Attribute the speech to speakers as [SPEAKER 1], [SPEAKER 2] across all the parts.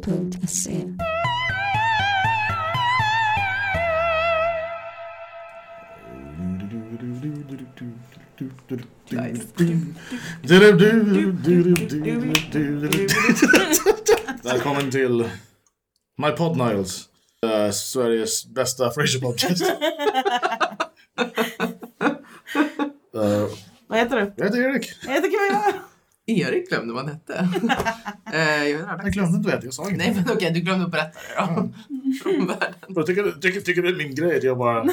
[SPEAKER 1] planeten.se.
[SPEAKER 2] Välkommen till My Pod Niles. eh, Sveriges bästa Fraser podcast. Eh,
[SPEAKER 3] Vad heter du?
[SPEAKER 2] jag heter Erik.
[SPEAKER 3] Jag heter Camilla.
[SPEAKER 4] Erik glömde vad han hette. Eh, jag vet
[SPEAKER 2] Jag
[SPEAKER 4] inte.
[SPEAKER 2] glömde inte vad jag heter, jag sa inget.
[SPEAKER 4] Nej men okej, du glömde att berätta det då.
[SPEAKER 3] Mm.
[SPEAKER 4] Från världen.
[SPEAKER 2] Jag tycker, tycker, tycker det är min grej att jag bara...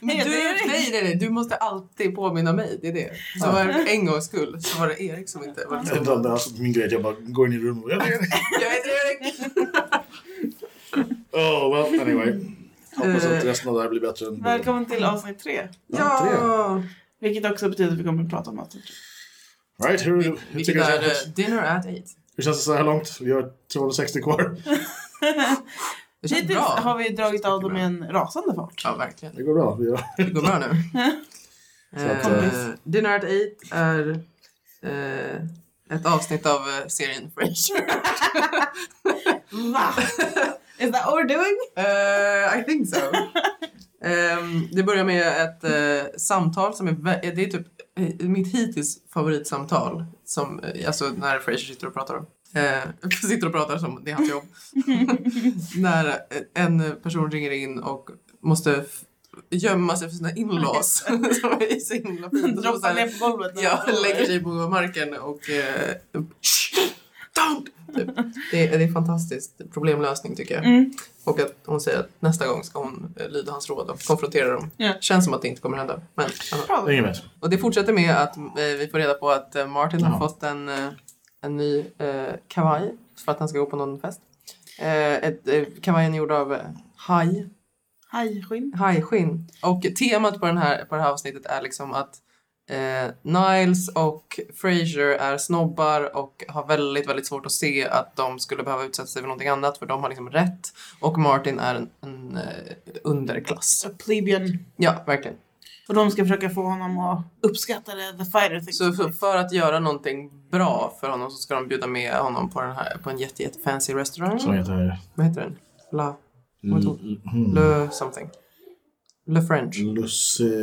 [SPEAKER 4] Men
[SPEAKER 3] Heter
[SPEAKER 4] du,
[SPEAKER 3] Erik?
[SPEAKER 4] nej, nej, nej, du måste alltid påminna mig. Det är det. Så var det en gångs skull så var det Erik som inte var
[SPEAKER 2] Det är
[SPEAKER 4] liksom.
[SPEAKER 2] alltså min grej att jag bara går in i rummet och jag heter Erik.
[SPEAKER 4] Jag heter Erik!
[SPEAKER 2] Oh well, anyway. Hoppas
[SPEAKER 4] Eh.
[SPEAKER 2] att resten av det här blir bättre än...
[SPEAKER 3] Välkommen till avsnitt tre.
[SPEAKER 4] Ja!
[SPEAKER 3] Vilket också betyder att vi kommer att prata om mat.
[SPEAKER 2] Right, hur, hur, tycker
[SPEAKER 4] Vilket
[SPEAKER 2] du det
[SPEAKER 4] är
[SPEAKER 2] känns?
[SPEAKER 4] eh, dinner at eight.
[SPEAKER 2] hur känns det så här långt? Vi har 260 kvar.
[SPEAKER 4] Det känns
[SPEAKER 3] Hittills har
[SPEAKER 4] bra.
[SPEAKER 3] vi dragit av dem i en rasande fart.
[SPEAKER 4] Ja, verkligen.
[SPEAKER 2] Det går bra. Vi har...
[SPEAKER 4] Det går bra nu.
[SPEAKER 2] Så att,
[SPEAKER 4] Eh, dinner at eight är eh, ett avsnitt av eh, serien Frasier.
[SPEAKER 3] Va? Is that what we're doing?
[SPEAKER 4] Eh, I think so. Ehm, det börjar med ett eh, samtal som är, vä- det är typ eh, mitt hittills favoritsamtal. Som, eh, alltså när Fraser sitter och pratar om. eh, sitter och pratar som det är hans jobb. när eh, en person ringer in och måste f- gömma sig för sina inlås. som är så himla fint. Och så
[SPEAKER 3] Droppar
[SPEAKER 4] här-
[SPEAKER 3] ner på golvet. när
[SPEAKER 4] Ja,
[SPEAKER 3] vi sover.
[SPEAKER 4] lägger sig på marken och... Eh, don't! Typ. Det, är, det är fantastiskt problemlösning tycker jag.
[SPEAKER 3] Mm.
[SPEAKER 4] Och att hon säger att nästa gång ska hon eh, lyda hans råd och konfrontera dem.
[SPEAKER 3] Ja.
[SPEAKER 4] Känns som att det inte kommer hända. Men, ja.
[SPEAKER 3] Bra.
[SPEAKER 2] Ingen vet.
[SPEAKER 4] Och det fortsätter med att eh, vi får reda på att eh, Martin har
[SPEAKER 2] Ja.
[SPEAKER 4] fått en, eh, en ny eh, kavaj för att han ska gå på någon fest. Eh, ett, eh, kavajen är gjord av eh, haj
[SPEAKER 3] Hajskinn.
[SPEAKER 4] hajskinn. Och temat på, den här, på det här avsnittet är liksom att eh, Niles och Fraser är snobbar och har väldigt, väldigt svårt att se att de skulle behöva utsätta sig för någonting annat för de har liksom rätt. Och Martin är en, en eh, underklass.
[SPEAKER 3] A Plebeian.
[SPEAKER 4] Ja, verkligen.
[SPEAKER 3] Och de ska försöka få honom att uppskatta det, the fighter thing.
[SPEAKER 4] Så för, för att göra någonting bra för honom så ska de bjuda med honom på, den här, på en jätte, jätte fancy restaurang.
[SPEAKER 2] Som heter...
[SPEAKER 4] Vad heter den? La... Vad heter
[SPEAKER 2] L- mm.
[SPEAKER 4] Le something. Le French.
[SPEAKER 2] Lucy...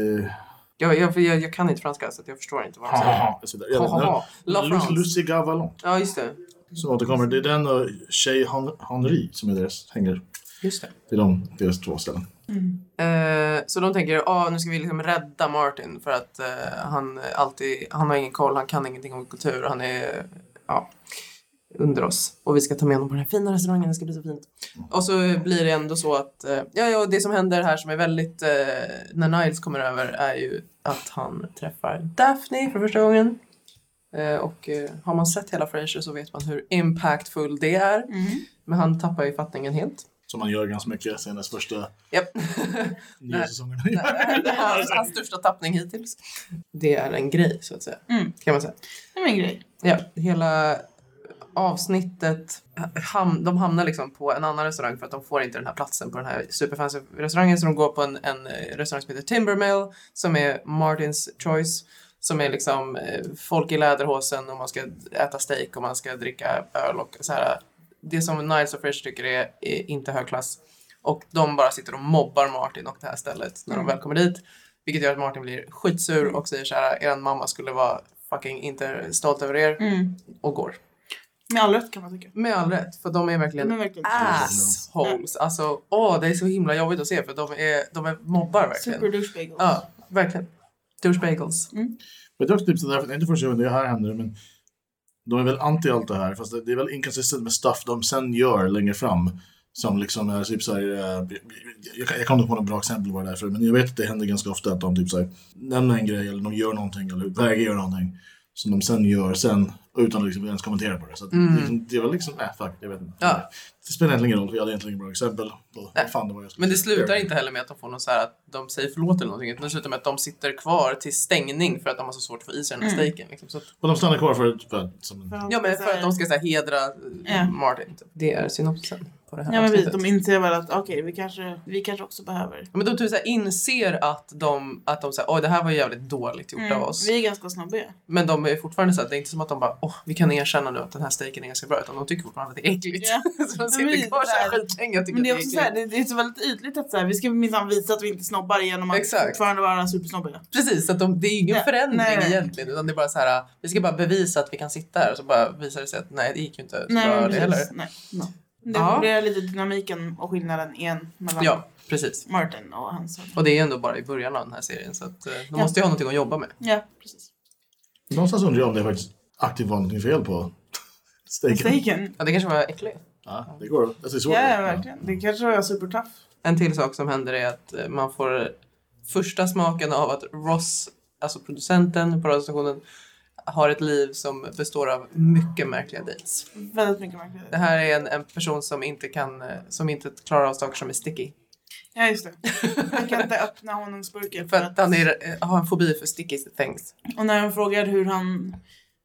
[SPEAKER 4] Jag, jag, jag, jag kan inte franska så att jag förstår inte vad de säger.
[SPEAKER 2] Haha, och så vidare. Jag vet inte.
[SPEAKER 4] Haha. La
[SPEAKER 2] Lu-
[SPEAKER 4] France.
[SPEAKER 2] Lucy Gavalon
[SPEAKER 4] Ja, just det.
[SPEAKER 2] som återkommer. Det är den och Tjej Henri som är deras hänger.
[SPEAKER 4] Just det.
[SPEAKER 2] Det är de, deras två ställen.
[SPEAKER 4] Eh, så de tänker, ah, nu ska vi liksom rädda Martin för att eh, han alltid, han har ingen koll, han kan ingenting om kultur, han är, eh, ja, under oss. Och vi ska ta med honom på den här fina restaurangen, det ska bli så fint. Och så blir det ändå så att, eh, ja, ja, det som händer här som är väldigt, eh, när Niles kommer över är ju att han träffar Daphne för första gången. Eh, och eh, har man sett hela Frasier så vet man hur impactful det är.
[SPEAKER 3] Mm.
[SPEAKER 4] Men han tappar ju fattningen helt.
[SPEAKER 2] Som man gör ganska mycket senast första
[SPEAKER 4] Japp.
[SPEAKER 2] nio
[SPEAKER 4] Nej.
[SPEAKER 2] säsongerna.
[SPEAKER 4] Det här är hans största tappning hittills. Det är en grej så att säga.
[SPEAKER 3] Mm.
[SPEAKER 4] Kan man säga.
[SPEAKER 3] Det är min grej.
[SPEAKER 4] Ja, hela avsnittet. Ham, de hamnar liksom på en annan restaurang för att de får inte den här platsen på den här superfancy restaurangen. Så de går på en, en eh, restaurang som heter Timbermill som är Martins Choice. Som är liksom eh, folk i läderhosen och man ska äta steak och man ska dricka öl och så här. Det som Niles och Fresh tycker är, är inte högklass. Och de bara sitter och mobbar Martin och det här stället när de väl kommer dit. Vilket gör att Martin blir skitsur och säger så här, er mamma skulle vara fucking inte stolt över er
[SPEAKER 3] Mm.
[SPEAKER 4] och går.
[SPEAKER 3] Med all rätt kan man tycka.
[SPEAKER 4] Med all rätt, för de är verkligen
[SPEAKER 3] Men verkligen.
[SPEAKER 4] Ah. assholes. Alltså, åh, det är så himla jobbigt att se för de är, de är mobbar verkligen.
[SPEAKER 3] Super douchebagel.
[SPEAKER 4] Ja, verkligen. Douchebagels.
[SPEAKER 2] Men det är också typ sådär, för det är inte första gången det här händer, men de är väl anti allt det här, fast det, det är väl inkonsistent med stuff de sen gör längre fram. Som liksom är typ såhär, eh, jag, kan- jag kommer inte på något bra exempel vad det är för, men jag vet att det händer ganska ofta att de typ såhär nämner en grej eller de gör någonting eller väger göra någonting som de sen gör sen utan att liksom ens kommentera på det. Så att
[SPEAKER 4] Mm.
[SPEAKER 2] liksom, det var liksom, nej fuck, jag vet inte.
[SPEAKER 4] Ja.
[SPEAKER 2] Det spelar egentligen ingen roll, för jag hade egentligen inget bra exempel på vad fan det var jag skulle
[SPEAKER 4] Men det slutar
[SPEAKER 2] göra.
[SPEAKER 4] inte heller med att de får någon så här att de säger förlåt eller någonting. Utan det slutar med att de sitter kvar till stängning för att de har så svårt att få i sig den här
[SPEAKER 3] Mm.
[SPEAKER 4] steaken. Liksom. Så att,
[SPEAKER 2] Och de stannar kvar för, för, som,
[SPEAKER 3] För att-
[SPEAKER 4] ja, men för att de ska så här, hedra eh,
[SPEAKER 3] Ja.
[SPEAKER 4] Martin. typ. Det är synopsisen. på det här
[SPEAKER 3] Ja men vi,
[SPEAKER 4] avsnittet.
[SPEAKER 3] de inser väl att okej, vi, kanske, vi kanske också behöver.
[SPEAKER 4] Ja, Men de typ så här inser att de, att de säger oj det här var jävligt dåligt gjort av
[SPEAKER 3] Mm,
[SPEAKER 4] oss.
[SPEAKER 3] vi är ganska snobbiga.
[SPEAKER 4] Men de är fortfarande så här, det är inte som att de bara åh vi kan erkänna nu att den här steken är ganska bra utan de tycker fortfarande att det är äckligt.
[SPEAKER 3] Ja.
[SPEAKER 4] så de
[SPEAKER 3] Men det
[SPEAKER 4] sitter
[SPEAKER 3] är
[SPEAKER 4] kvar så här
[SPEAKER 3] så här-
[SPEAKER 4] skitlänge och tycker
[SPEAKER 3] Men det är
[SPEAKER 4] att
[SPEAKER 3] också
[SPEAKER 4] det
[SPEAKER 3] så
[SPEAKER 4] är
[SPEAKER 3] här,
[SPEAKER 4] äckligt.
[SPEAKER 3] det, det är så väldigt ytligt att så här, vi ska minsann visa att vi inte är snobbar genom att
[SPEAKER 4] Exakt.
[SPEAKER 3] fortfarande vara supersnobbiga.
[SPEAKER 4] Precis, så att de, det är ingen
[SPEAKER 3] Nej,
[SPEAKER 4] förändring
[SPEAKER 3] nej.
[SPEAKER 4] egentligen utan det är bara så här vi ska bara bevisa att vi kan sitta här och så bara visar det sig att nej det gick ju inte så
[SPEAKER 3] Nej,
[SPEAKER 4] bra
[SPEAKER 3] men
[SPEAKER 4] det
[SPEAKER 3] precis.
[SPEAKER 4] heller.
[SPEAKER 3] Nej. No. Det
[SPEAKER 4] Ja.
[SPEAKER 3] det är lite dynamiken och skillnaden igen mellan
[SPEAKER 4] Ja, precis.
[SPEAKER 3] Martin och hans
[SPEAKER 4] Och det är ändå bara i början av den här serien så att eh, de
[SPEAKER 3] Ja.
[SPEAKER 4] måste ju ha någonting att jobba med.
[SPEAKER 3] Ja, precis.
[SPEAKER 2] Någonstans undrar jag om det faktiskt aktivt var någonting fel på steken.
[SPEAKER 3] Mistaken.
[SPEAKER 4] Ja, det kanske var äckligt.
[SPEAKER 2] Ja, det går. Alltså, det är svårt.
[SPEAKER 3] Ja, ja, verkligen. Det kanske var supertuff.
[SPEAKER 4] En till sak som händer är att eh, man får första smaken av att Ross, alltså producenten på radiostationen, har ett liv som består av mycket märkliga dates.
[SPEAKER 3] Väldigt mycket märkligare.
[SPEAKER 4] Det här är en, en person som inte kan, eh, som inte klarar av saker som är sticky.
[SPEAKER 3] Ja, just det. Jag kan inte öppna honungsburken.
[SPEAKER 4] För att han är, eh, har en fobi för sticky things.
[SPEAKER 3] Och när hon frågade hur, han,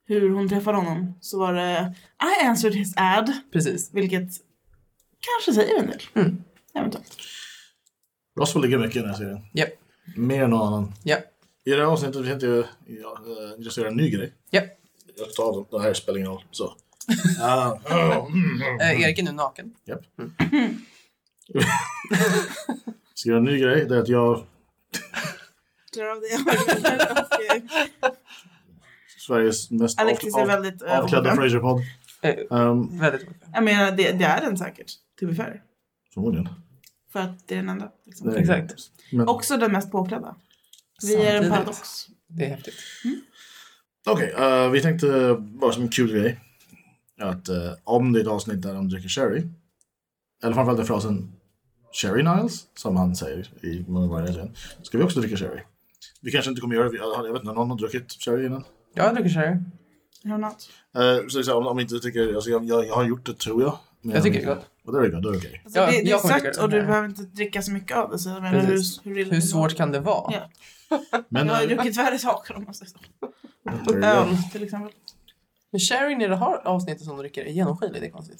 [SPEAKER 3] hur hon träffade honom så var det I answered his ad,
[SPEAKER 4] Precis.
[SPEAKER 3] vilket kanske säger en del.
[SPEAKER 4] Mm.
[SPEAKER 3] Eventuellt.
[SPEAKER 2] Ross får ligga mycket i den här serien.
[SPEAKER 4] Japp.
[SPEAKER 2] Mer än någon annan.
[SPEAKER 4] Ja.
[SPEAKER 2] I det här avsnittet vi tänkte jag ja, eh, introducera en ny grej.
[SPEAKER 4] Ja.
[SPEAKER 2] Jag tar dem. Det här spelar ingen roll. Så. Ah, ah, mm, mm.
[SPEAKER 4] Eh, Erik är nu naken.
[SPEAKER 2] Ska göra en ny grej. Det är att jag,
[SPEAKER 3] Klarar av det. Och, eh,
[SPEAKER 2] Sveriges mest av,
[SPEAKER 3] Alexis är
[SPEAKER 2] av,
[SPEAKER 3] väldigt eh,
[SPEAKER 2] avklädda
[SPEAKER 3] obekväm.
[SPEAKER 2] Fraser-podd.
[SPEAKER 4] Eh,
[SPEAKER 2] Um,
[SPEAKER 4] Väldigt mycket.
[SPEAKER 3] Jag menar, det, det är den säkert. To be fair.
[SPEAKER 2] förmodligen.
[SPEAKER 3] För att det är den enda. Liksom.
[SPEAKER 2] Nej.
[SPEAKER 4] Exakt.
[SPEAKER 2] Men-
[SPEAKER 3] Också den mest påklädda. Vi är en
[SPEAKER 4] Samtidigt.
[SPEAKER 3] paradox.
[SPEAKER 4] Det är häftigt.
[SPEAKER 2] Okej, eh, vi tänkte bara som en kul grej att eh, om det är ett avsnitt där de dricker sherry, eller framförallt den frasen Sherry Niles, som han säger i många varje scen, ska vi också dricka sherry. Vi kanske inte kommer göra det, vi- jag vet inte, någon har druckit sherry innan.
[SPEAKER 4] Ja, Jag dricker sherry.
[SPEAKER 3] Hur not?
[SPEAKER 2] Eh, så liksom, om, om inte du tycker, alltså, jag, jag, jag har gjort det tror jag. men-
[SPEAKER 4] Jag tycker det är gott.
[SPEAKER 2] Och då är det gott, då är det okej.
[SPEAKER 3] Alltså,
[SPEAKER 4] Ja,
[SPEAKER 3] det, det är
[SPEAKER 4] jag kommer
[SPEAKER 3] sött
[SPEAKER 4] tycka
[SPEAKER 3] och
[SPEAKER 4] det.
[SPEAKER 3] du behöver inte dricka så mycket av det. Så jag menar,
[SPEAKER 4] Precis.
[SPEAKER 3] hur, hur, illa
[SPEAKER 4] Hur
[SPEAKER 3] det
[SPEAKER 4] svårt kan det vara?
[SPEAKER 3] Ja.
[SPEAKER 2] Men...
[SPEAKER 3] Jag har ju
[SPEAKER 2] eh,
[SPEAKER 3] druckit värre saker om man säger så.
[SPEAKER 2] there you go.
[SPEAKER 3] Öl till exempel.
[SPEAKER 4] Men sherryn i det här avsnittet som de dricker är genomskinlig. Det är konstigt.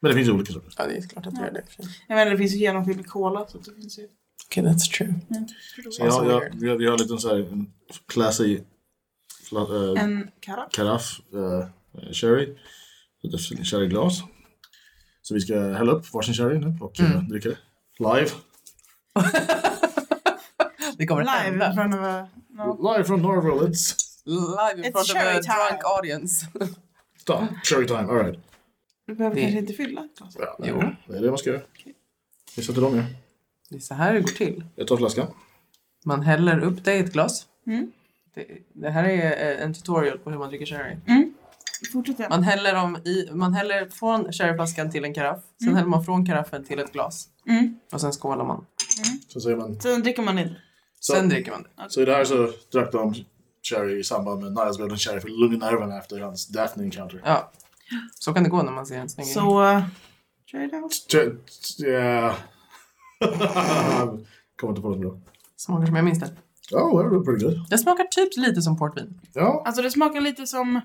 [SPEAKER 2] Men det finns ju olika sorter.
[SPEAKER 4] Ja, det är klart att det
[SPEAKER 3] Ja.
[SPEAKER 4] är det.
[SPEAKER 3] Jag menar det finns ju genomskinlig cola så det finns ju...
[SPEAKER 4] Okay, that's true.
[SPEAKER 2] Så
[SPEAKER 3] Alltså,
[SPEAKER 2] jag, jag, vi, har, vi har en liten så här, en classy fla- eh,
[SPEAKER 3] En karaff.
[SPEAKER 2] karaff eh, sherry. Lite fint sherryglas. Så vi ska hälla upp varsin sherry nu och eh,
[SPEAKER 4] Mm.
[SPEAKER 2] dricka det. Live.
[SPEAKER 4] Det kommer att
[SPEAKER 3] Live
[SPEAKER 4] hända.
[SPEAKER 3] in front of a... No.
[SPEAKER 2] Live from Norville. It's
[SPEAKER 4] Live in
[SPEAKER 3] It's
[SPEAKER 4] front of a
[SPEAKER 3] cherry time.
[SPEAKER 4] drunk audience.
[SPEAKER 2] stop. Sherry time. All right.
[SPEAKER 3] Du behöver
[SPEAKER 4] Det-
[SPEAKER 3] kanske inte fylla glaset.
[SPEAKER 2] Ja, det,
[SPEAKER 4] Jo.
[SPEAKER 2] är, det är det man ska göra. Vi sätter dem ju.
[SPEAKER 4] Det är så här det går till.
[SPEAKER 2] Jag tar flaskan.
[SPEAKER 4] Man häller upp det i ett glas.
[SPEAKER 3] Mm.
[SPEAKER 4] Det, det här är eh, en tutorial på hur man dricker sherry.
[SPEAKER 3] Fortsätt gärna.
[SPEAKER 4] Man häller, dem i, man häller från sherryflaskan till en karaff. Sen
[SPEAKER 3] Mm.
[SPEAKER 4] häller man från karaffen till ett glas.
[SPEAKER 3] Mm.
[SPEAKER 4] Och sen skålar man.
[SPEAKER 2] Så säger man.
[SPEAKER 3] Sen dricker man in.
[SPEAKER 2] Så,
[SPEAKER 4] Sen dricker man det.
[SPEAKER 2] så i det här så drack de sherry i samband med Niles blev en sherry för att lugna nerverna efter hans Daphne encounter.
[SPEAKER 4] Ja. Så kan det gå när man ser en snygg so,
[SPEAKER 3] Så... eh, trade out.
[SPEAKER 2] Tj- tj- Yeah. Kommer inte på något bra.
[SPEAKER 4] Smakar som jag minns det.
[SPEAKER 2] Oh, that was pretty good.
[SPEAKER 4] Det smakar typ lite som portvin.
[SPEAKER 2] Ja,
[SPEAKER 3] Alltså det smakar lite som...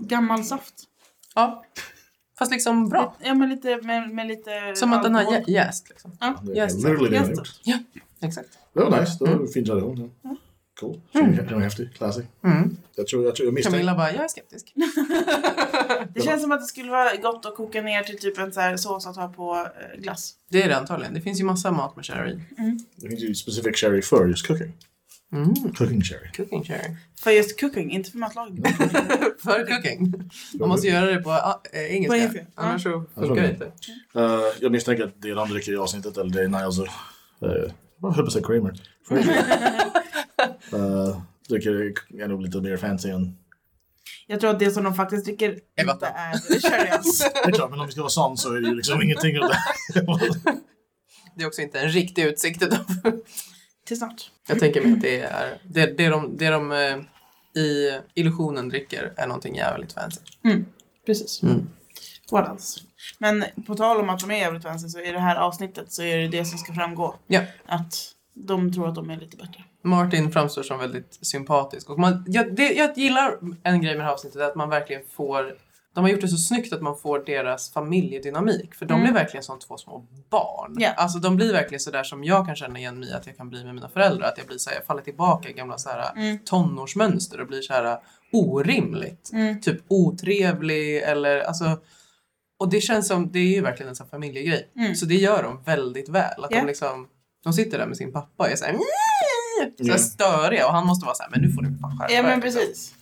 [SPEAKER 3] Gammal saft.
[SPEAKER 4] Ja. Fast liksom bra.
[SPEAKER 3] Ja men lite med, med lite...
[SPEAKER 4] Som att den har
[SPEAKER 3] alkohol.
[SPEAKER 4] jä- jäst. Liksom.
[SPEAKER 3] Ja.
[SPEAKER 2] det
[SPEAKER 4] Yes.
[SPEAKER 2] är literally det jag har
[SPEAKER 3] Yes.
[SPEAKER 2] gjort.
[SPEAKER 4] Exakt.
[SPEAKER 2] Det var nice. Det var en fin tradition. Ja. Cool. Mm. Den var häftig. Classic.
[SPEAKER 4] Mm.
[SPEAKER 2] Jag tror jag, tror, jag misstänker...
[SPEAKER 4] Camilla bara, jag är skeptisk.
[SPEAKER 3] Det känns som att det skulle vara gott att koka ner till typ en så här sås att ha på eh, glass.
[SPEAKER 4] Det är det antagligen. Det finns ju massa mat med sherry. i.
[SPEAKER 2] Det finns ju specific sherry för just cooking.
[SPEAKER 4] Mm.
[SPEAKER 2] Cooking sherry.
[SPEAKER 4] Cooking sherry.
[SPEAKER 3] För just cooking, inte för matlagning.
[SPEAKER 4] För cooking. Man måste göra det på ah, eh,
[SPEAKER 3] På
[SPEAKER 4] engelska.
[SPEAKER 3] engelska.
[SPEAKER 4] Annars så
[SPEAKER 2] tror
[SPEAKER 4] funkar
[SPEAKER 2] det.
[SPEAKER 4] det inte.
[SPEAKER 2] Eh, jag misstänker att det de dricker i avsnittet, eller det er- är Niles och... eh, Jag höll på att säga Kramer. Eh, dricker är nog lite mer fancy än...
[SPEAKER 3] Jag tror att det som de faktiskt dricker
[SPEAKER 4] Är
[SPEAKER 3] inte
[SPEAKER 4] vatten.
[SPEAKER 3] är sherry alls.
[SPEAKER 2] Det är klart, men om vi ska vara sån så är det ju liksom ingenting av det här.
[SPEAKER 4] Det är också inte en riktig utsikt. utan-
[SPEAKER 3] Till snart.
[SPEAKER 4] Jag tänker mig att det är det, det de, det de eh, i illusionen dricker är någonting jävligt fancy.
[SPEAKER 3] Precis.
[SPEAKER 4] Mm.
[SPEAKER 3] What else? Men på tal om att de är jävligt vänster så i det här avsnittet så är det det som ska framgå.
[SPEAKER 4] Ja.
[SPEAKER 3] Att de tror att de är lite bättre.
[SPEAKER 4] Martin framstår som väldigt sympatisk. Och man, jag, det, jag gillar en grej med det här avsnittet, det är att man verkligen får De har gjort det så snyggt att man får deras familjedynamik. För de
[SPEAKER 3] Mm.
[SPEAKER 4] blir verkligen som två små barn.
[SPEAKER 3] Ja.
[SPEAKER 4] Alltså de blir verkligen sådär som jag kan känna igen mig att jag kan bli med mina föräldrar. Att jag blir så här, jag faller tillbaka i gamla så här,
[SPEAKER 3] Mm.
[SPEAKER 4] tonårsmönster och blir så här äh, orimligt.
[SPEAKER 3] Mm.
[SPEAKER 4] Typ otrevlig eller alltså. Och det känns som, det är ju verkligen en sån här familjegrej.
[SPEAKER 3] Mm.
[SPEAKER 4] Så det gör de väldigt väl. Att
[SPEAKER 3] Ja.
[SPEAKER 4] de liksom, de sitter där med sin pappa och är såhär så
[SPEAKER 2] Ja.
[SPEAKER 4] här störiga och han måste vara såhär, men nu får du fan skärpa
[SPEAKER 3] Ja
[SPEAKER 4] dig",
[SPEAKER 3] men
[SPEAKER 4] liksom.
[SPEAKER 3] precis.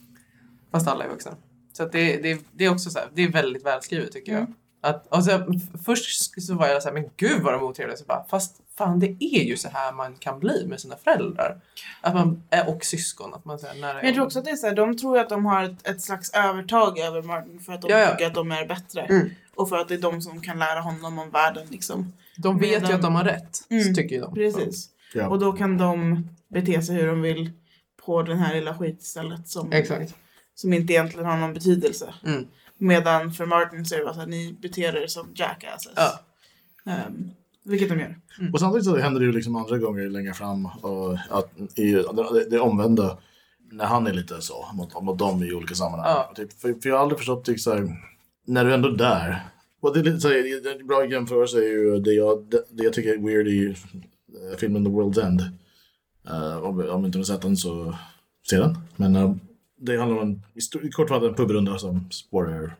[SPEAKER 4] Fast alla är vuxna. Så att det, det, det är också så här, det är väldigt välskrivet tycker jag.
[SPEAKER 3] Mm.
[SPEAKER 4] Att, alltså, f- först så var jag så här, men gud vad de är otrevliga. Så bara, fast fan det är ju så här man kan bli med sina föräldrar. Att man, eh, och syskon. Att man så här, nära
[SPEAKER 3] Men jag tror också att det är så här, de tror ju att de har ett, ett slags övertag över Martin för att de
[SPEAKER 4] Ja, ja.
[SPEAKER 3] tycker att de är bättre.
[SPEAKER 4] Mm.
[SPEAKER 3] Och för att det är de som kan lära honom om världen liksom.
[SPEAKER 4] De vet ju
[SPEAKER 3] Medan-
[SPEAKER 4] att de har rätt.
[SPEAKER 3] Mm,
[SPEAKER 4] så tycker ju de.
[SPEAKER 3] Precis.
[SPEAKER 2] Ja.
[SPEAKER 3] Och då kan de bete sig hur de vill på den här lilla skitstället som,
[SPEAKER 4] Exakt.
[SPEAKER 3] som inte egentligen har någon betydelse.
[SPEAKER 4] Mm.
[SPEAKER 3] Medan för Martin så är det bara så här, ni beter er som jackasses.
[SPEAKER 4] Ja.
[SPEAKER 3] Ehm, vilket de gör.
[SPEAKER 2] Och samtidigt så händer det ju liksom andra gånger längre fram och att i, det, det omvända när han är lite så mot, mot dem i olika sammanhang.
[SPEAKER 4] Ja.
[SPEAKER 2] Typ, för, för jag har aldrig förstått typ, så här, när du ändå är där. Och det är lite, så här, en bra jämförelse är ju det jag, det, det jag tycker är weird i eh, filmen The World's End. Eh, om, om inte du har sett den så se den. Men eh, det handlar om en, i stor- i kortfattat en pubrunda som spårar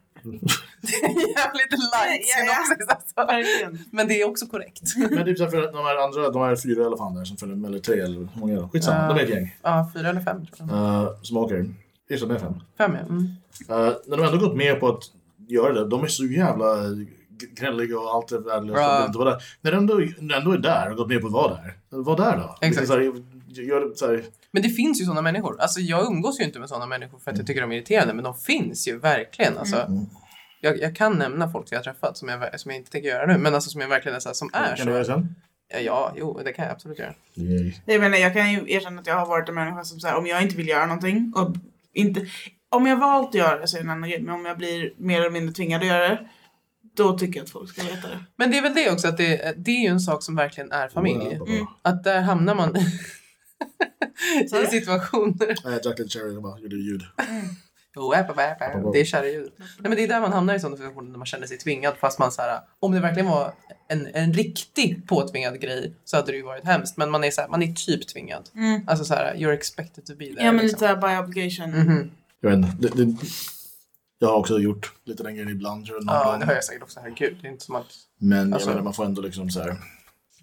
[SPEAKER 4] Jävligt light
[SPEAKER 3] Ja, ja.
[SPEAKER 4] synopsis alltså.
[SPEAKER 3] Verkligen.
[SPEAKER 4] Men det är också korrekt.
[SPEAKER 2] Men typ så här, för att de här andra, de här fyra i alla fall där som följer med, eller tre eller hur många är de? Skitsamma,
[SPEAKER 4] Ja.
[SPEAKER 2] de är ett gäng.
[SPEAKER 4] Ja, fyra eller fem. tror jag.
[SPEAKER 2] Uh, som åker. Det är så med fem.
[SPEAKER 4] Fem ja. Mm.
[SPEAKER 2] Eh, när de ändå gått med på att göra det, de är så jävla g- gnälliga och allt är värdelöst.
[SPEAKER 4] Bra.
[SPEAKER 2] och vill inte vara där. När de ändå, när de ändå är där och gått med på att vara där, var där då.
[SPEAKER 4] Exakt.
[SPEAKER 2] Så här, gör det så här,
[SPEAKER 4] Men det finns ju sådana människor. Alltså jag umgås ju inte med sådana människor för att jag tycker de är irriterande. Men de finns ju verkligen. Alltså,
[SPEAKER 2] Mm.
[SPEAKER 4] jag, jag kan nämna folk jag har träffat som jag, ver- som jag inte tänker göra nu. Men alltså som jag verkligen är såhär, som
[SPEAKER 2] kan
[SPEAKER 4] är
[SPEAKER 2] du
[SPEAKER 4] så.
[SPEAKER 2] göra sen?
[SPEAKER 4] Ja, ja, jo det kan jag absolut göra.
[SPEAKER 2] Nej.
[SPEAKER 3] Jag menar, jag kan ju erkänna att jag har varit en människa som så här, om jag inte vill göra någonting och inte... Om jag valt att göra det så är det en annan grej, men om jag blir mer eller mindre tvingad att göra det, då tycker jag att folk ska veta det.
[SPEAKER 4] Men det är väl det också att det, det är ju en sak som verkligen är familj.
[SPEAKER 3] Mm.
[SPEAKER 4] Att där hamnar man
[SPEAKER 3] Så är
[SPEAKER 4] i
[SPEAKER 3] det.
[SPEAKER 4] situationer
[SPEAKER 2] Jag drack lite Eh, cherry och bara gjorde ljud.
[SPEAKER 4] Jo, äpp, äpp, äpp, äpp. Det är kärleljud. Nej, men det är där man hamnar i sådana situationer när man känner sig tvingad. Fast man så här, om det verkligen var en, en riktig påtvingad grej så hade det ju varit hemskt. Men man är, så här, man är typ tvingad.
[SPEAKER 3] Mm.
[SPEAKER 4] Alltså så här, you're expected to be there.
[SPEAKER 3] Ja, men lite
[SPEAKER 4] liksom.
[SPEAKER 3] såhär by obligation.
[SPEAKER 4] Mhm.
[SPEAKER 2] Jag vet inte. Det, det, jag har också gjort lite den grejen ibland. tror jag, någon
[SPEAKER 4] Ja,
[SPEAKER 2] gång.
[SPEAKER 4] det har jag säkert också. Herregud, det är inte som att...
[SPEAKER 2] Men
[SPEAKER 4] Alltså-
[SPEAKER 2] jag menar, man får ändå liksom så här.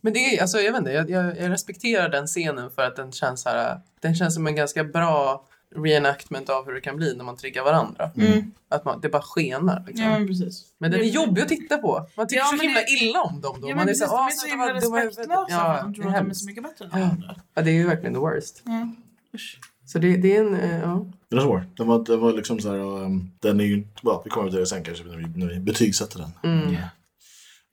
[SPEAKER 4] Men det är, alltså jag vet inte, jag, jag, jag respekterar den scenen för att den känns, så här, den känns som en ganska bra reenactment av hur det kan bli när man triggar varandra.
[SPEAKER 3] Mm.
[SPEAKER 4] Att man, det bara skenar liksom.
[SPEAKER 3] Ja, men precis.
[SPEAKER 4] Men den är jobbig att titta på. Man tycker
[SPEAKER 3] Ja,
[SPEAKER 4] så
[SPEAKER 3] men
[SPEAKER 4] himla
[SPEAKER 3] det-
[SPEAKER 4] illa om dem då.
[SPEAKER 3] Ja, men
[SPEAKER 4] man är
[SPEAKER 3] precis,
[SPEAKER 4] så,
[SPEAKER 3] de
[SPEAKER 4] här, "Ah,
[SPEAKER 3] är så
[SPEAKER 4] sluta
[SPEAKER 3] himla
[SPEAKER 4] vara dumma i huvudet."
[SPEAKER 3] respektlösa för
[SPEAKER 4] Ja,
[SPEAKER 3] att de tror
[SPEAKER 4] det är
[SPEAKER 3] att de är
[SPEAKER 4] hemskt.
[SPEAKER 3] så mycket bättre än
[SPEAKER 4] Ja.
[SPEAKER 3] alla andra.
[SPEAKER 4] Ja, det är ju verkligen the worst.
[SPEAKER 3] Ja.
[SPEAKER 4] Så det, det är en... eh, Ja.
[SPEAKER 2] Den är svår. Den var, den var liksom så här, um, den är ju, well, vi kommer till det sen kanske när vi, när vi betygsätter den.
[SPEAKER 4] Mm.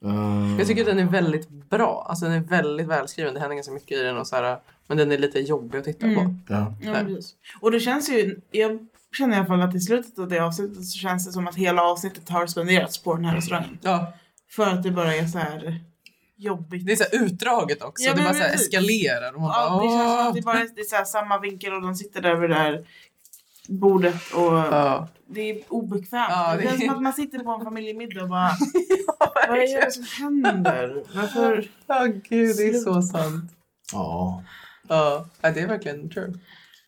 [SPEAKER 2] Eh,
[SPEAKER 4] Jag tycker att den är väldigt bra. Alltså den är väldigt välskriven. Det händer ganska mycket i den och så här, men den är lite jobbig att titta på.
[SPEAKER 3] Mm.
[SPEAKER 2] Ja.
[SPEAKER 3] Ja,
[SPEAKER 4] Nej.
[SPEAKER 3] men precis. Och det känns ju, jag känner i alla fall att i slutet av det avsnittet så känns det som att hela avsnittet har spenderats på den här restaurangen.
[SPEAKER 4] Ja,
[SPEAKER 3] För att det bara är så här jobbigt.
[SPEAKER 4] det är så här utdraget också.
[SPEAKER 3] Ja,
[SPEAKER 4] det
[SPEAKER 3] men
[SPEAKER 4] bara så här
[SPEAKER 3] precis.
[SPEAKER 4] eskalerar. Och man
[SPEAKER 3] Ja,
[SPEAKER 4] bara,
[SPEAKER 3] det känns som
[SPEAKER 4] "Åh."
[SPEAKER 3] att det bara det är så här samma vinkel och de sitter där vid det här bordet och
[SPEAKER 4] Ja.
[SPEAKER 3] det är obekvämt.
[SPEAKER 4] Ja,
[SPEAKER 3] det...
[SPEAKER 4] det-
[SPEAKER 3] känns som att man sitter på en familjemiddag och bara Vad är det som händer? Varför?
[SPEAKER 4] Ja, gud, det är så sant.
[SPEAKER 2] Ja.
[SPEAKER 4] Ja, ja det är verkligen true.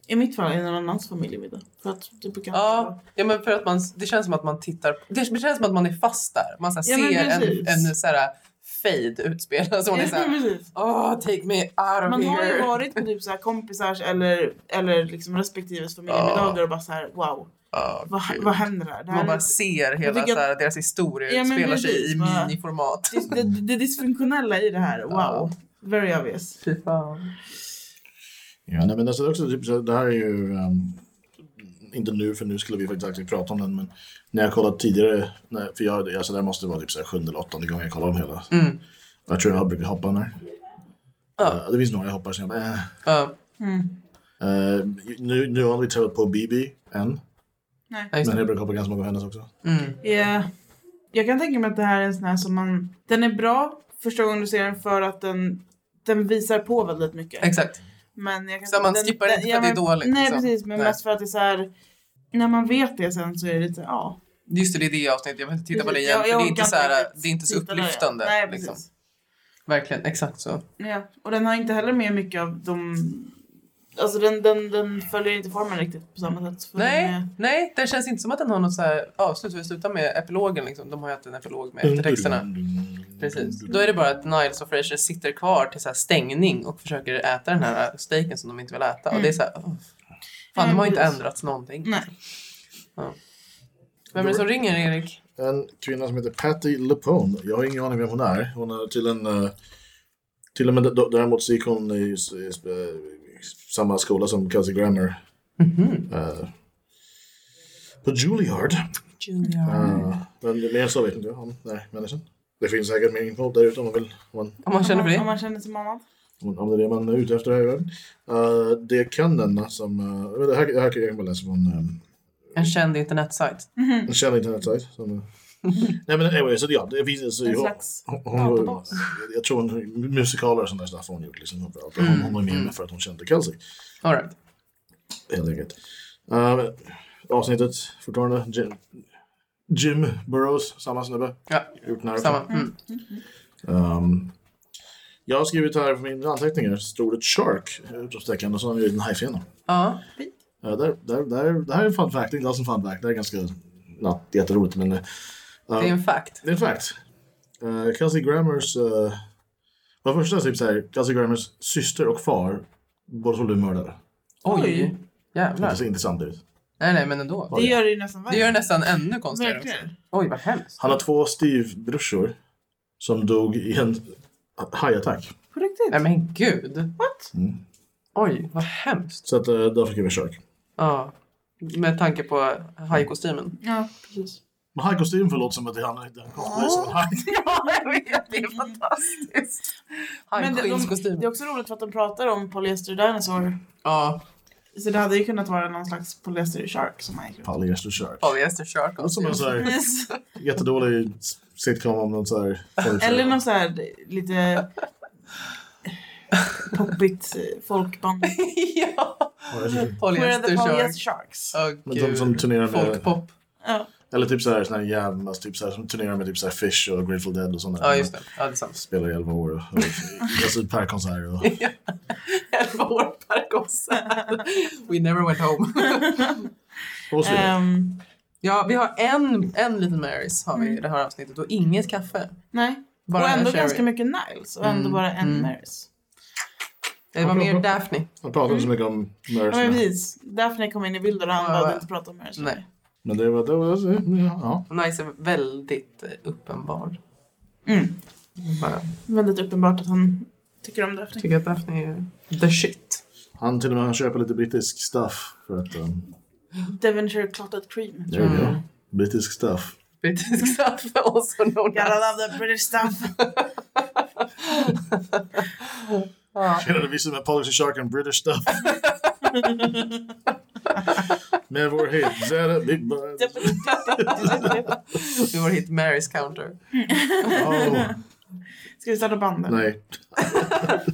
[SPEAKER 3] I mitt fall är det någon annans familjemiddag. För att det brukar
[SPEAKER 4] Ja, ja men för att man, det känns som att man tittar, det känns som att man är fast där. Man så här,
[SPEAKER 3] Ja, men
[SPEAKER 4] ser en,
[SPEAKER 3] precis.
[SPEAKER 4] en så här fade utspela. Så man är så
[SPEAKER 3] Ja,
[SPEAKER 4] här,
[SPEAKER 3] precis.
[SPEAKER 4] oh, take me out of
[SPEAKER 3] Man har
[SPEAKER 4] here.
[SPEAKER 3] ju varit på typ så här kompisars eller, eller liksom respektives familjemiddagar och bara så här wow,
[SPEAKER 4] Ja,
[SPEAKER 3] vad,
[SPEAKER 4] gud.
[SPEAKER 3] vad händer där? Det, här
[SPEAKER 4] man bara
[SPEAKER 3] är,
[SPEAKER 4] ser hela
[SPEAKER 3] tycker att-
[SPEAKER 4] så här, deras historia
[SPEAKER 3] Ja, men
[SPEAKER 4] utspelar sig
[SPEAKER 3] precis,
[SPEAKER 4] i
[SPEAKER 3] bara-
[SPEAKER 4] miniformat.
[SPEAKER 3] det, det, det dysfunktionella i det här, wow.
[SPEAKER 4] Ja.
[SPEAKER 3] Very obvious.
[SPEAKER 4] Fy fan.
[SPEAKER 2] ja nej, men alltså, det, är också, typ, så här, det här är ju, um, inte nu för nu skulle vi faktiskt aktivt prata om den, men när jag kollat tidigare, nej, för jag, alltså, det här måste vara typ så här, sjunde eller åttonde gången jag kollar om hela.
[SPEAKER 4] Mm.
[SPEAKER 2] Jag tror jag brukar hoppa när.
[SPEAKER 4] Ja.
[SPEAKER 2] Eh, det finns några jag hoppar sen. Äh.
[SPEAKER 4] Ja, Mm.
[SPEAKER 2] Eh, nu, nu har vi träffat på BB än,
[SPEAKER 4] ja, just
[SPEAKER 2] men
[SPEAKER 4] det.
[SPEAKER 2] jag brukar hoppa ganska många av hennes också.
[SPEAKER 4] Mm.
[SPEAKER 3] Ja. Eh, Jag kan tänka mig att det här är en sån här som man... Den är bra första gången du ser den för att den, den visar på väldigt mycket.
[SPEAKER 4] Exakt.
[SPEAKER 3] Men jag kan,
[SPEAKER 4] Så man
[SPEAKER 3] den,
[SPEAKER 4] skippar inte för att det är
[SPEAKER 3] men-
[SPEAKER 4] dåligt,
[SPEAKER 3] Nej
[SPEAKER 4] liksom.
[SPEAKER 3] precis, men
[SPEAKER 4] Nej.
[SPEAKER 3] mest för att det är så här... När man vet det sen så är det lite, ja.
[SPEAKER 4] Just det, det är det avsnittet. Jag vill inte titta på det igen.
[SPEAKER 3] Jag-
[SPEAKER 4] för
[SPEAKER 3] jag
[SPEAKER 4] det, är
[SPEAKER 3] orkar
[SPEAKER 4] inte så här,
[SPEAKER 3] riktigt
[SPEAKER 4] det är inte så
[SPEAKER 3] titta där.
[SPEAKER 4] upplyftande.
[SPEAKER 3] Nej, precis.
[SPEAKER 4] liksom. Verkligen, exakt så.
[SPEAKER 3] Ja. Och den har inte heller med mycket av de... Alltså den, den, den följer inte formen riktigt på samma sätt. För
[SPEAKER 4] Nej,
[SPEAKER 3] Den är...
[SPEAKER 4] nej, det känns inte som att den har något så här avslut. Vi slutar med epilogen. Liksom. De har ju alltid en epilog med
[SPEAKER 2] Mm.
[SPEAKER 4] eftertexterna. Precis. Då är det bara att Niles och Fraser sitter kvar till så här stängning och försöker äta den här steaken som de inte vill äta. Och det är så här, "Åh, fan, de har inte
[SPEAKER 3] precis.
[SPEAKER 4] ändrats någonting.
[SPEAKER 3] Nej.
[SPEAKER 4] Vem är det som ringer, Erik?
[SPEAKER 2] En kvinna som heter Patty LuPone. Jag har ingen aning vem hon är. Hon är till en... eh, Till och med d- däremot så gick hon i, s- i s- eh, samma skola som Kelsey Grammer.
[SPEAKER 3] Mhm.
[SPEAKER 2] Eh, på Juilliard.
[SPEAKER 4] Julia.
[SPEAKER 2] Eh, men mer så vet inte jag om den här människan. Det finns säkert mer info där ute om man vill. Om man
[SPEAKER 4] Om man känner för
[SPEAKER 3] Om
[SPEAKER 4] det?
[SPEAKER 3] man känner till mamma.
[SPEAKER 2] Om om det är det man är ute efter här i världen. Eh, det kan den som... eh, det, här, det här kan jag bara läsa från um,
[SPEAKER 4] En känd internetsajt.
[SPEAKER 3] Mm.
[SPEAKER 2] en känd internetsajt. Som, eh, nej men anyway, så ja, det finns... Så,
[SPEAKER 3] En
[SPEAKER 2] ja,
[SPEAKER 3] slags
[SPEAKER 2] hon, hon,
[SPEAKER 3] databas.
[SPEAKER 2] jag- jag tror hon, musikaler och sånt där stuff har hon gjort. Liksom, överallt. hon, hon var med för att hon kände Kelsey.
[SPEAKER 4] All right.
[SPEAKER 2] Helt enkelt. Eh, avsnittet fortfarande. Jim, Jim Burrows, samma snubbe.
[SPEAKER 4] Ja,
[SPEAKER 2] Gjort den här-
[SPEAKER 4] samma. Mm.
[SPEAKER 2] Ehm, jag har skrivit här för mina anteckningar, stod det shark, utropstecken, och så har han en liten hajfena.
[SPEAKER 4] Ja.
[SPEAKER 2] Ja, Eh, där, där, där, det här är en fun fact, det är inte alls en fun fact. Det här är ganska, ja, det är jätteroligt men eh,
[SPEAKER 4] Det är en fact.
[SPEAKER 2] det är en fact. Uh, Kelsey Grammers, uh, var första typ såhär, Kelsey Grammers syster och far, båda två blev mördade.
[SPEAKER 4] Oj!
[SPEAKER 3] Oj.
[SPEAKER 2] Det
[SPEAKER 4] Jävlar.
[SPEAKER 2] ser inte sant ut.
[SPEAKER 4] Nej, nej, men ändå.
[SPEAKER 3] Det gör det ju nästan
[SPEAKER 4] Det
[SPEAKER 3] värre.
[SPEAKER 4] gör det nästan ännu konstigare. också.
[SPEAKER 3] Verkligen.
[SPEAKER 4] Oj, vad hemskt.
[SPEAKER 2] Han har två styvbrorsor som dog i en hajattack.
[SPEAKER 3] På riktigt.
[SPEAKER 4] Nej, men gud.
[SPEAKER 3] What?
[SPEAKER 4] Oj, vad hemskt.
[SPEAKER 2] Så att, uh, därför skriver jag shark.
[SPEAKER 4] Ja. Med tanke på hajkostymen.
[SPEAKER 3] Ja, precis.
[SPEAKER 2] Men hajkostymen förlåt som att det han han kom som en haj.
[SPEAKER 4] Ja, jag vet. Det är fantastiskt.
[SPEAKER 3] Men det, de,
[SPEAKER 4] Hajskinnskostym.
[SPEAKER 3] det är också roligt för att de pratar om polyester dinosaur.
[SPEAKER 4] Ja,
[SPEAKER 3] Så det hade ju kunnat vara någon slags polyester shark som man gick runt.
[SPEAKER 2] Polyester shark.
[SPEAKER 4] polyester shark.
[SPEAKER 2] Det är Som en
[SPEAKER 4] costume.
[SPEAKER 2] Alltså, så här
[SPEAKER 3] Precis.
[SPEAKER 2] jättedålig sitcom om någon så här...
[SPEAKER 3] Eller någon sån här lite poppigt eh, folkband.
[SPEAKER 4] ja,
[SPEAKER 3] We're the
[SPEAKER 4] polyester
[SPEAKER 3] polyester
[SPEAKER 4] shark.
[SPEAKER 3] sharks.
[SPEAKER 4] Åh,
[SPEAKER 2] Men de
[SPEAKER 4] gud.
[SPEAKER 2] som turnerar med-
[SPEAKER 4] Folkpop.
[SPEAKER 3] Ja.
[SPEAKER 2] Eller typ såhär, såna här jävlas, typ såhär, som turnerar med typ såhär Fish och Grateful Dead och sådana.
[SPEAKER 4] Ja, just det. Ja, det är sant.
[SPEAKER 2] Spelar i 11 år och, och alltså, per konsert. Och,
[SPEAKER 4] Elva år per gosse. We never went home.
[SPEAKER 2] och så vidare.
[SPEAKER 3] Ehm,
[SPEAKER 4] Ja, vi har en, en liten Marys har vi i det här avsnittet och inget kaffe.
[SPEAKER 3] nej.
[SPEAKER 4] Bara
[SPEAKER 3] och
[SPEAKER 4] en Mm.
[SPEAKER 3] ändå
[SPEAKER 4] sherry.
[SPEAKER 3] ganska mycket Niles och ändå bara en Marys.
[SPEAKER 4] Det var mer Daphne.
[SPEAKER 2] Man pratar inte så mycket om
[SPEAKER 3] Ja men
[SPEAKER 2] Marys.
[SPEAKER 3] precis. Daphne kom in i bilden och han
[SPEAKER 4] Ja.
[SPEAKER 3] bad inte prata om Marys.
[SPEAKER 4] Nej.
[SPEAKER 2] Men det var... Det var ja.
[SPEAKER 4] Och Nice är väldigt eh, uppenbar.
[SPEAKER 3] Mm.
[SPEAKER 4] Bara
[SPEAKER 3] Väldigt uppenbart att han tycker om Daphne.
[SPEAKER 4] tycker att Daphne är the shit.
[SPEAKER 2] Han till och med han köper lite brittisk stuff för att... Um,
[SPEAKER 3] Devonshire clotted cream.
[SPEAKER 2] there you
[SPEAKER 4] Mm.
[SPEAKER 2] go. Brittisk stuff.
[SPEAKER 4] Brittisk kaffe also known
[SPEAKER 3] Gotta
[SPEAKER 4] as.
[SPEAKER 3] love that British stuff.
[SPEAKER 2] Tjena, det visar med Polish Shark and British stuff. med vår hit Zeta Big Bud.
[SPEAKER 4] Vi var hit Marys counter.
[SPEAKER 2] Oh,
[SPEAKER 3] Ska vi starta banden?
[SPEAKER 2] nej.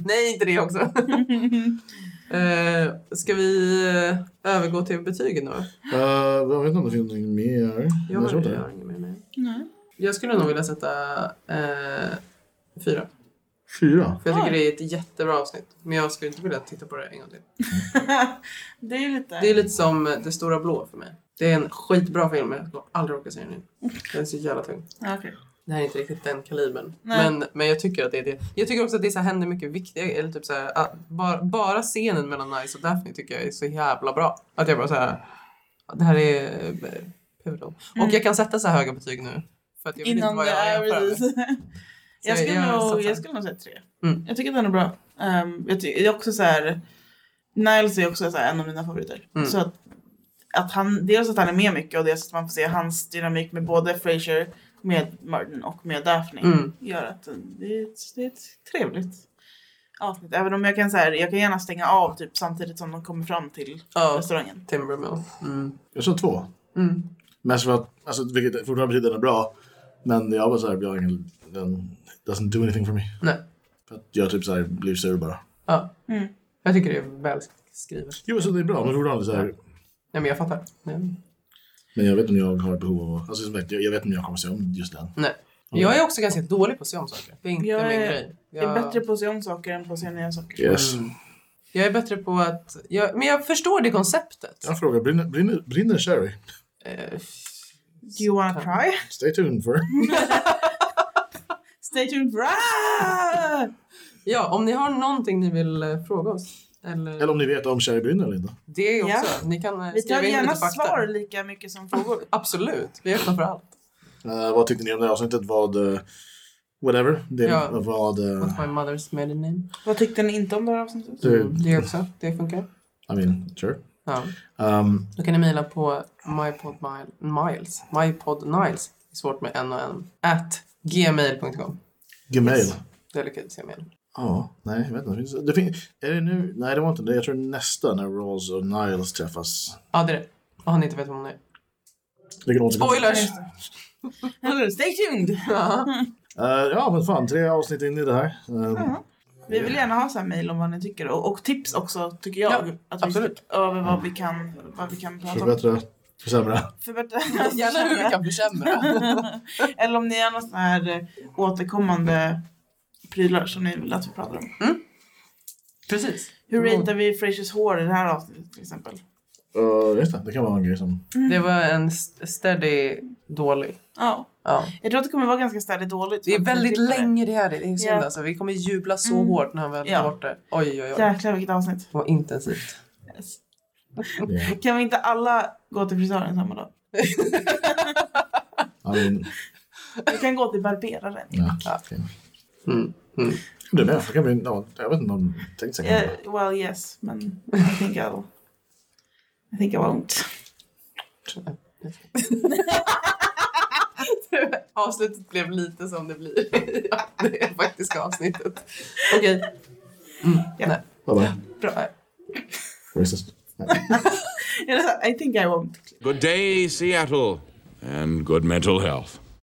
[SPEAKER 4] Nej, inte det också. uh, ska vi eh, övergå till betygen då?
[SPEAKER 2] Eh, jag vet inte om det finns någonting mer.
[SPEAKER 4] Jag,
[SPEAKER 2] Jag tror inte
[SPEAKER 4] jag
[SPEAKER 2] det.
[SPEAKER 4] har inget mer med.
[SPEAKER 3] Nej.
[SPEAKER 4] Jag skulle nog vilja sätta eh, fyra.
[SPEAKER 2] Fyra.
[SPEAKER 4] För jag tycker
[SPEAKER 3] Ah.
[SPEAKER 4] det är ett jättebra avsnitt. Men jag skulle inte vilja titta på det en gång till.
[SPEAKER 3] det är ju lite...
[SPEAKER 4] Det är lite som eh, Det stora blå för mig. Det är en skitbra film, men jag skulle aldrig orka se den igen. Den är så jävla tung.
[SPEAKER 3] Ja, okej.
[SPEAKER 4] Det här är inte riktigt den kalibern.
[SPEAKER 3] Nej.
[SPEAKER 4] Men, men jag tycker att det är det. Jag tycker också att det så här händer mycket viktiga eller typ så här, att bara, bara scenen mellan Nice och Daphne tycker jag är så jävla bra. Att jag bara så här, ah, det här är eh, pudeln. Och jag kan sätta så här höga betyg nu. För att jag vet
[SPEAKER 3] Mm. Innan
[SPEAKER 4] inte vad
[SPEAKER 3] det
[SPEAKER 4] jag
[SPEAKER 3] är
[SPEAKER 4] jämför med.
[SPEAKER 3] precis.
[SPEAKER 4] Så
[SPEAKER 3] jag, skulle
[SPEAKER 4] jag satsar.
[SPEAKER 3] nog, jag skulle nog säga tre.
[SPEAKER 4] Mm.
[SPEAKER 3] Jag tycker den är bra. Ehm, jag ty- det är också så här... Niles är också så här, en av mina favoriter.
[SPEAKER 4] Mm.
[SPEAKER 3] Så att, att han, dels att han är med mycket och dels att man får se hans dynamik med både Frasier, med Martin och med Daphne.
[SPEAKER 4] Mm.
[SPEAKER 3] Gör att eh, det är, ett, det är ett trevligt avsnitt. Även om jag kan, så här, jag kan gärna stänga av typ, samtidigt som de kommer fram till
[SPEAKER 4] Ja,
[SPEAKER 3] restaurangen.
[SPEAKER 4] Timbermill. Mm.
[SPEAKER 2] Jag sa två.
[SPEAKER 4] Mm.
[SPEAKER 2] Mest för att, alltså, vilket fortfarande betyder att den är bra. Men jag var såhär, jag har ingen, den doesn't do anything for me.
[SPEAKER 4] Nej.
[SPEAKER 2] För att jag typ såhär blir sur bara.
[SPEAKER 4] Ja.
[SPEAKER 3] Mm.
[SPEAKER 4] Jag tycker det är väl skrivet.
[SPEAKER 2] Jo, så det är bra, men fortfarande såhär.
[SPEAKER 4] Nej men jag fattar. Nej.
[SPEAKER 2] Men jag vet inte om jag har behov av att- alltså, som sagt, jag, jag vet inte om jag kommer se om just den.
[SPEAKER 4] Nej.
[SPEAKER 2] Mm.
[SPEAKER 4] Jag är också ganska dålig på att se om saker. Det är inte
[SPEAKER 3] Jag
[SPEAKER 4] min
[SPEAKER 3] är-
[SPEAKER 4] grej.
[SPEAKER 3] Jag är bättre på att se om saker än på att se nya saker.
[SPEAKER 2] Yes.
[SPEAKER 4] Mm. Jag är bättre på att... Jag, men jag förstår det konceptet.
[SPEAKER 2] Jag frågar, brinner, brinner, brinner Sherry?
[SPEAKER 4] Eh,
[SPEAKER 3] Do you wanna try?
[SPEAKER 2] Stay tuned for
[SPEAKER 4] Mm.
[SPEAKER 3] Stay tuned for... Ah!
[SPEAKER 4] Ja, om ni har någonting ni vill eh, fråga oss. Eller,
[SPEAKER 2] Eller om ni vet om Sherry brinner eller inte.
[SPEAKER 4] det också.
[SPEAKER 3] Ja.
[SPEAKER 4] Ni kan eh,
[SPEAKER 3] Vi tar
[SPEAKER 4] skriva in
[SPEAKER 3] gärna
[SPEAKER 4] lite fakta.
[SPEAKER 3] svar lika mycket som frågor.
[SPEAKER 4] Absolut, vi är öppna för allt.
[SPEAKER 2] Eh, vad tyckte ni om det här avsnittet? Vad... eh, whatever. Det,
[SPEAKER 4] Ja.
[SPEAKER 2] Vad... eh,
[SPEAKER 4] What's my mother's maiden name?
[SPEAKER 3] Vad tyckte ni inte om det här avsnittet?
[SPEAKER 2] Du-
[SPEAKER 4] Mm, det också, det funkar.
[SPEAKER 2] I mean, sure.
[SPEAKER 4] Ja.
[SPEAKER 2] Um,
[SPEAKER 4] Då kan ni mejla på mypodmiles. Mypodniles. Det är svårt med en och en. At gmail.com.
[SPEAKER 2] Gmail.
[SPEAKER 4] Det lyckades jag med.
[SPEAKER 2] Ja, nej, jag vet inte. Finns- Det finns, är det nu? Nej, det var inte det. Jag tror nästa när Ross och Niles träffas.
[SPEAKER 4] Ja, det är det. Och han inte vet vem hon är.
[SPEAKER 2] Det kan återkomma.
[SPEAKER 4] Spoilers!
[SPEAKER 3] Stay tuned!
[SPEAKER 4] Ja.
[SPEAKER 2] Eh, ja, men fan, tre avsnitt in i det här. Eh,
[SPEAKER 4] Mm.
[SPEAKER 3] Ja. Vi vill gärna ha så här mejl om vad ni tycker och, och tips också tycker jag.
[SPEAKER 4] Ja,
[SPEAKER 3] att vi
[SPEAKER 4] absolut.
[SPEAKER 3] ska- Över vad vi kan, vad vi kan prata om.
[SPEAKER 2] Förbättra, försämra.
[SPEAKER 3] Förbättra.
[SPEAKER 4] Gärna hur vi kan försämra.
[SPEAKER 3] Eller om ni har några sådana här eh, återkommande prylar som ni vill att vi pratar om.
[SPEAKER 4] Precis.
[SPEAKER 3] Hur ratear vi Frasiers hår i det här avsnittet till exempel?
[SPEAKER 2] Uh, just det, det kan vara en grej som...
[SPEAKER 4] Det var en st- steady dålig.
[SPEAKER 3] Ja.
[SPEAKER 4] Ja.
[SPEAKER 3] Jag tror att det kommer vara ganska städigt dåligt.
[SPEAKER 4] Det är väldigt
[SPEAKER 3] Jag klipper
[SPEAKER 4] länge det här. Det är synd
[SPEAKER 3] Ja.
[SPEAKER 4] alltså. Vi kommer jubla så
[SPEAKER 3] Mm.
[SPEAKER 4] hårt när han väl
[SPEAKER 3] Ja.
[SPEAKER 4] är borta. Oj, oj,
[SPEAKER 3] det.
[SPEAKER 4] oj.
[SPEAKER 3] Jäklar vilket avsnitt.
[SPEAKER 4] Vad intensivt.
[SPEAKER 2] Yeah.
[SPEAKER 3] Kan vi inte alla gå till frisören samma dag?
[SPEAKER 2] I mean,
[SPEAKER 3] Vi kan gå till barberaren.
[SPEAKER 2] ja.
[SPEAKER 4] Ja.
[SPEAKER 2] okej.
[SPEAKER 4] Mm. Mm.
[SPEAKER 2] Det är det. Kan vi, ja, jag vet inte om er de tänkte sig
[SPEAKER 3] Eh, well yes, men I think I'll... I think I won't.
[SPEAKER 4] Avslutet blev lite som det blir i det faktiska avsnittet. Okej. Mm.
[SPEAKER 3] Ja.
[SPEAKER 4] Nej.
[SPEAKER 2] Bye bye.
[SPEAKER 4] Bra.
[SPEAKER 2] Racist. Nej.
[SPEAKER 3] Är det så här, I think I won't.
[SPEAKER 1] Good day, Seattle, and good mental health.